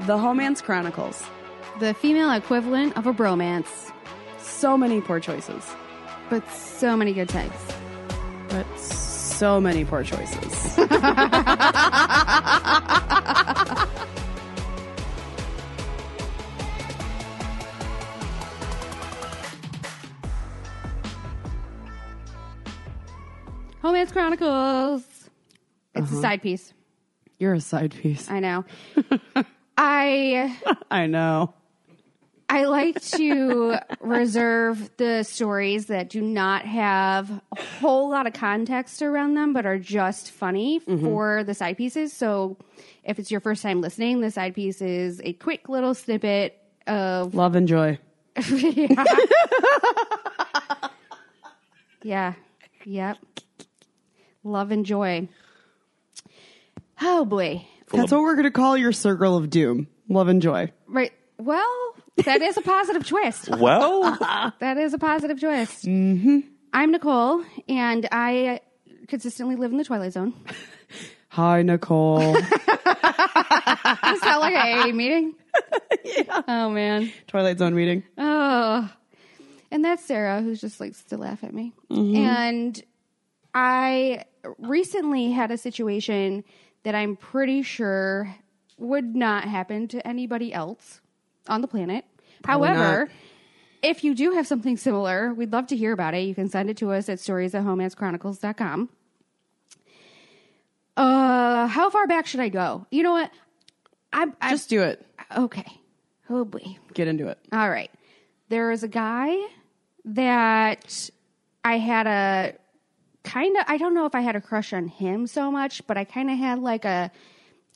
The Homance Chronicles. The female equivalent of a bromance, So many poor choices, but so many good types. but so many poor choices. Homance Chronicles. It's a side piece. You're a side piece. I know. I I know. I like to reserve the stories that do not have a whole lot of context around them, but are just funny for the side pieces. So, if it's your first time listening, the side piece is a quick little snippet of Love and joy. yeah. yeah. Yep. Love and joy. Oh boy. That's what we're going to call your circle of doom. Love and joy. Right. Well, that is a positive twist. Well, That is a positive twist. Mm-hmm. I'm Nicole, and I consistently live in the Twilight Zone. Hi, Nicole. Does that sound like a AA meeting? Oh man. Twilight Zone meeting. Oh. And that's Sarah, who just likes to laugh at me. And I recently had a situation that I'm pretty sure would not happen to anybody else on the planet. However, not. if you do have something similar, we'd love to hear about it. You can send it to us at stories at homeaschronicles.com. Uh, how far back should I go? You know what? I, I Just do it. okay. Oh boy. Get into it. All right. There is a guy that I had a kind of I don't know if I had a crush on him so much, but I kind of had like a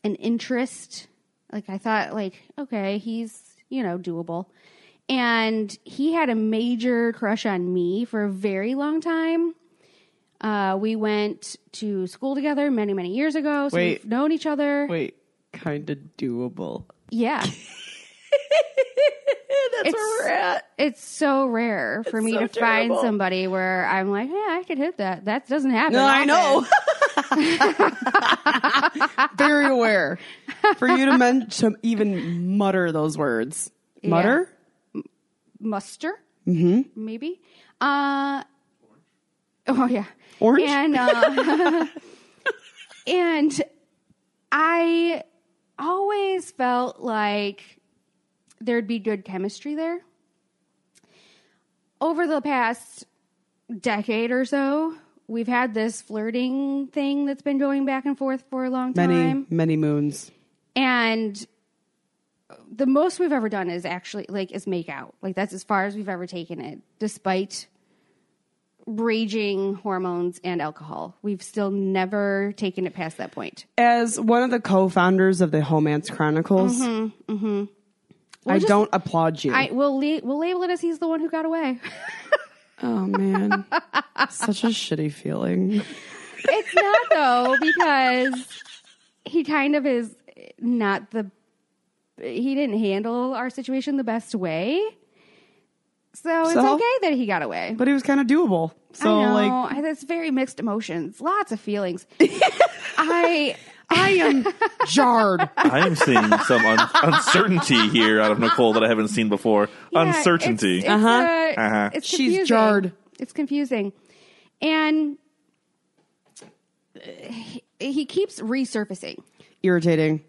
an interest. Like I thought like okay, he's, you know, doable. And he had a major crush on me for a very long time. Uh, we went to school together many, many years ago. So Wait. we've known each other. Wait, kind of doable. Yeah. That's where we're at. it's so rare for me so to terrible. find somebody where I'm like, yeah, I could hit that. That doesn't happen. No, I often. know. Very aware. For you to, men- to even mutter those words. Mutter? Muster, mm-hmm. maybe. Uh, oh yeah, Orange? and uh, and I always felt like there'd be good chemistry there. Over the past decade or so, we've had this flirting thing that's been going back and forth for a long many, time. many moons. and the most we've ever done is actually like is make out like that's as far as we've ever taken it despite raging hormones and alcohol we've still never taken it past that point As one of the co-founders of the Homance Chronicles, I Mm-hmm, just- don't applaud you. i will la- we'll label it as he's the one who got away oh man, such a shitty feeling. it's not though because he kind of is not the he didn't handle our situation the best way so it's So? okay that he got away But it was kind of doable. So I know. like, I- that's very mixed emotions, lots of feelings. I I am jarred. I am seeing some un- uncertainty here out of Nicole that I haven't seen before. yeah, uncertainty. It's, it's, uh Uh-huh. it's She's confusing. jarred. It's confusing, and he, he keeps resurfacing. Irritating.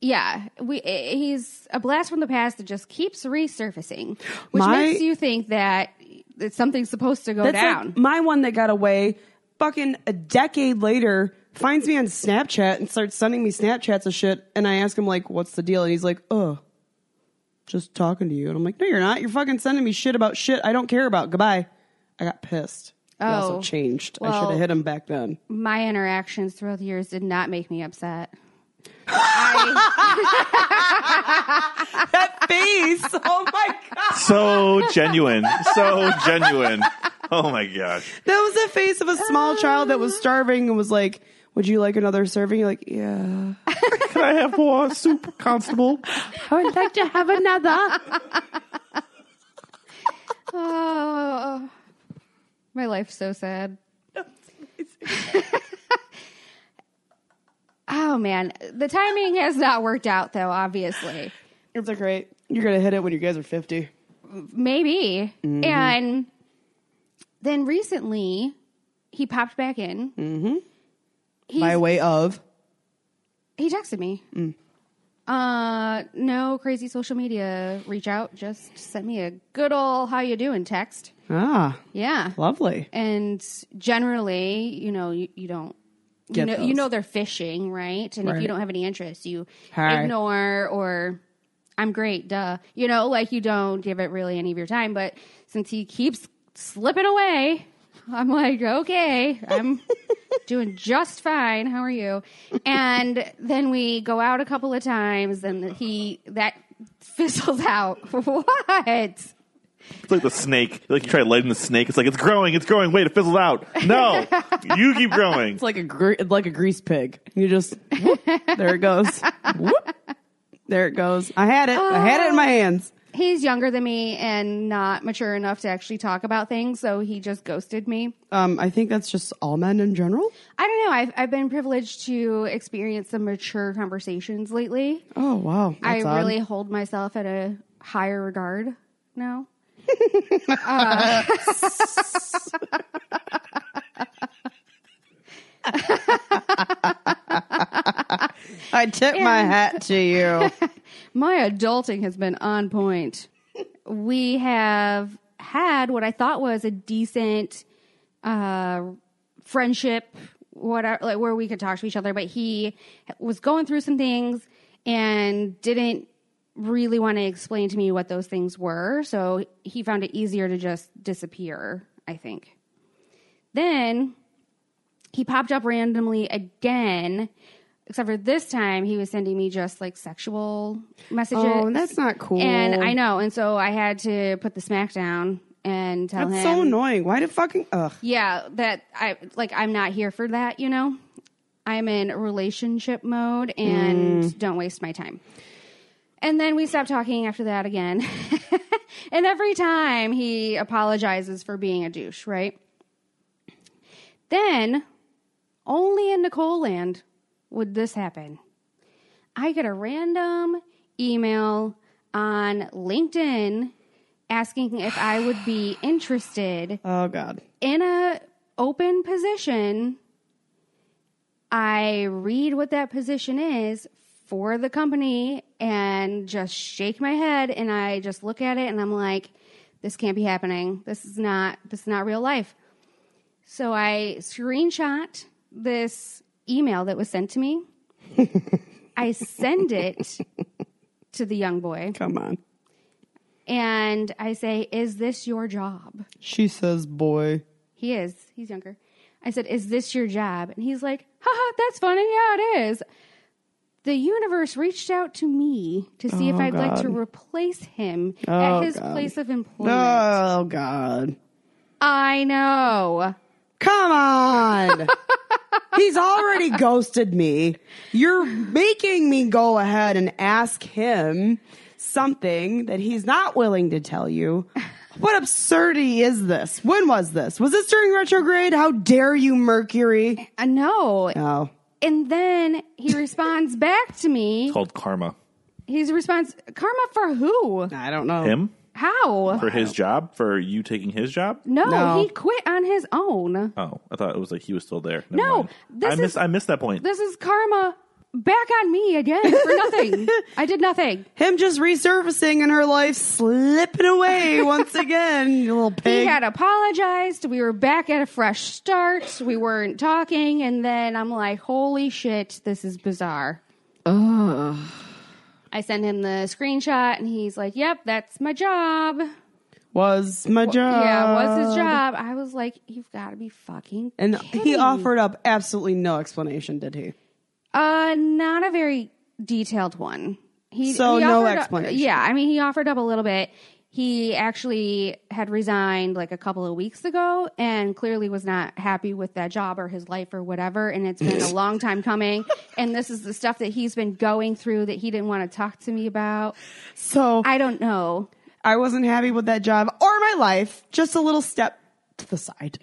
Yeah, we he's a blast from the past that just keeps resurfacing, which My- makes you think that that something's supposed to go That's down. like my one that got away. Fucking a decade later, finds me on Snapchat and starts sending me Snapchats of shit. And I ask him like, "What's the deal?" And he's like, "Oh, just talking to you." And I'm like, "No, you're not. You're fucking sending me shit about shit I don't care about. Goodbye." I got pissed. He also Oh. changed. I should Well- have hit him back then. my interactions throughout the years did not make me upset. I, Face. Oh my god. So genuine. So genuine. Oh my gosh. That was the face of a small child that was starving and was like, "Would you like another serving?" You're like, "Yeah." Can I have more soup, Constable? I would like to have another. oh, my life's so sad. oh man, the timing has not worked out though. Obviously, It's like, great. You're gonna hit it when you guys are fifty. maybe. And then recently, he popped back in. Mm-hmm. He's, By way of He texted me. Uh, no crazy social media reach out. Just sent me a good ol' how you doing text. ah, Yeah, lovely. and generally, you know, you, you don't. Get you know, those. you know they're fishing, right? And if Right. you don't have any interest, you Hi. ignore or I'm great, duh. You know, like you don't give it really any of your time. But since he keeps slipping away, I'm like, okay, I'm doing just fine. How are you? And then we go out a couple of times, and he that fizzles out. what? It's like the snake. Like you try lighting the snake. It's like it's growing. It's growing. Wait, it fizzles out. No, you keep growing. It's like a gre- like a grease pig. You just whoop, there it goes. Whoop. There it goes. I had it. I had it Oh. in my hands. he's younger than me and not mature enough to actually talk about things, so he just ghosted me. Um, I think that's just all men in general. I don't know. I've I've been privileged to experience some mature conversations lately. Oh wow, that's I odd. really hold myself at a higher regard now. I tip my hat to you. My adulting has been on point. we have had what I thought was a decent uh, friendship, whatever, like where we could talk to each other. But he was going through some things and didn't really want to explain to me what those things were. So he found it easier to just disappear. I think. Then he popped up randomly again. Except for this time, he was sending me just like sexual messages. Oh, that's not cool. And I know, and so I had to put the smack down and tell That's him, so annoying. Why did fucking? Ugh. yeah, that I like I'm not here for that, you know. I'm in relationship mode and don't waste my time. And then we stopped talking after that again. and every time he apologizes for being a douche, right? Then only in Nicole land would this happen. I get a random email on LinkedIn asking if I would be interested Oh god. in a open position i read what that position is for the company and just shake my head and i just look at it and i'm like this can't be happening this is not this is not real life so i screenshot this email that was sent to me i send it to the young boy Come on. and i say is this your job She says, "Boy." he is. He's younger. I said, Is this your job? And he's like, Haha, that's funny. Yeah, it is. The universe reached out to me to see if Oh, I'd like to God. replace him Oh, at his God. place of employment. Oh god. I know. Come on. He's already ghosted me. You're making me go ahead and ask him something that he's not willing to tell you. What absurdity is this? When was this? Was this during retrograde? How dare you, Mercury? I know. Oh. Uh, And then he responds back to me. Called karma. His response, Karma for who? I don't know. Him How? for his job for you taking his job. No, No. he quit on his own. Oh, I thought it was like he was still there. Never No, mind. this I is- missed. I missed that point. This is karma back on me again for nothing. I did nothing. Him just resurfacing in her life, slipping away once again, you little pig. He had apologized. We were back at a fresh start. We weren't talking. And then I'm like, holy shit, this is bizarre. I send him the screenshot and he's like, yep, that's my job. was my job. yeah, was his job. I was like, you've got to be fucking. And he kidding. offered up absolutely no explanation, did he? uh, not a very detailed one. He So he no offered up- explanation. yeah, I mean, he offered up a little bit. He actually had resigned like a couple of weeks ago, and clearly was not happy with that job or his life or whatever. And it's been a long time coming. And this is the stuff that he's been going through that he didn't want to talk to me about. So I, I don't know. wasn't happy with that job or my life. Just a little step to the side.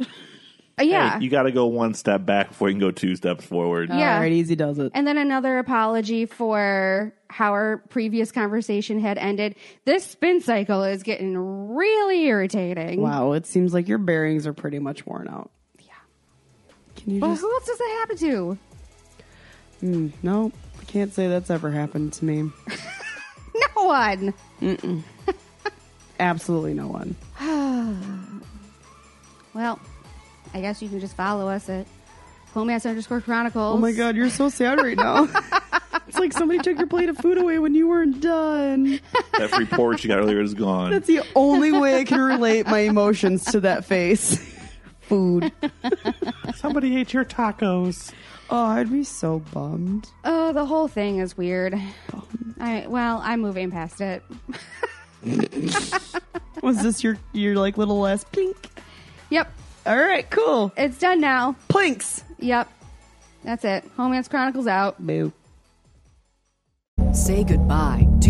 Uh, yeah, you got to go one step back before you can go two steps forward. Yeah. All right, easy does it. And then another apology for how our previous conversation had ended. This spin cycle is getting really irritating. wow, it seems like your bearings are pretty much worn out. Yeah. Can you Well, just who else does that happen to? no? I can't say that's ever happened to me. No one. Absolutely no one. Well, I guess you can just follow us at Homance underscore Chronicles. Oh my god, you're so sad right now. it's like somebody took your plate of food away when you weren't done. That free porridge you got earlier is gone. That's the only way I can relate my emotions to that face. Food. Somebody ate your tacos. Oh, I'd be so bummed. Oh, the whole thing is weird. I well, I'm moving past it. Was this your your like little last plink? Yep, All right, cool. it's done now. Plinks. Yep, that's it. Homance Chronicles out. Boo. Say goodbye to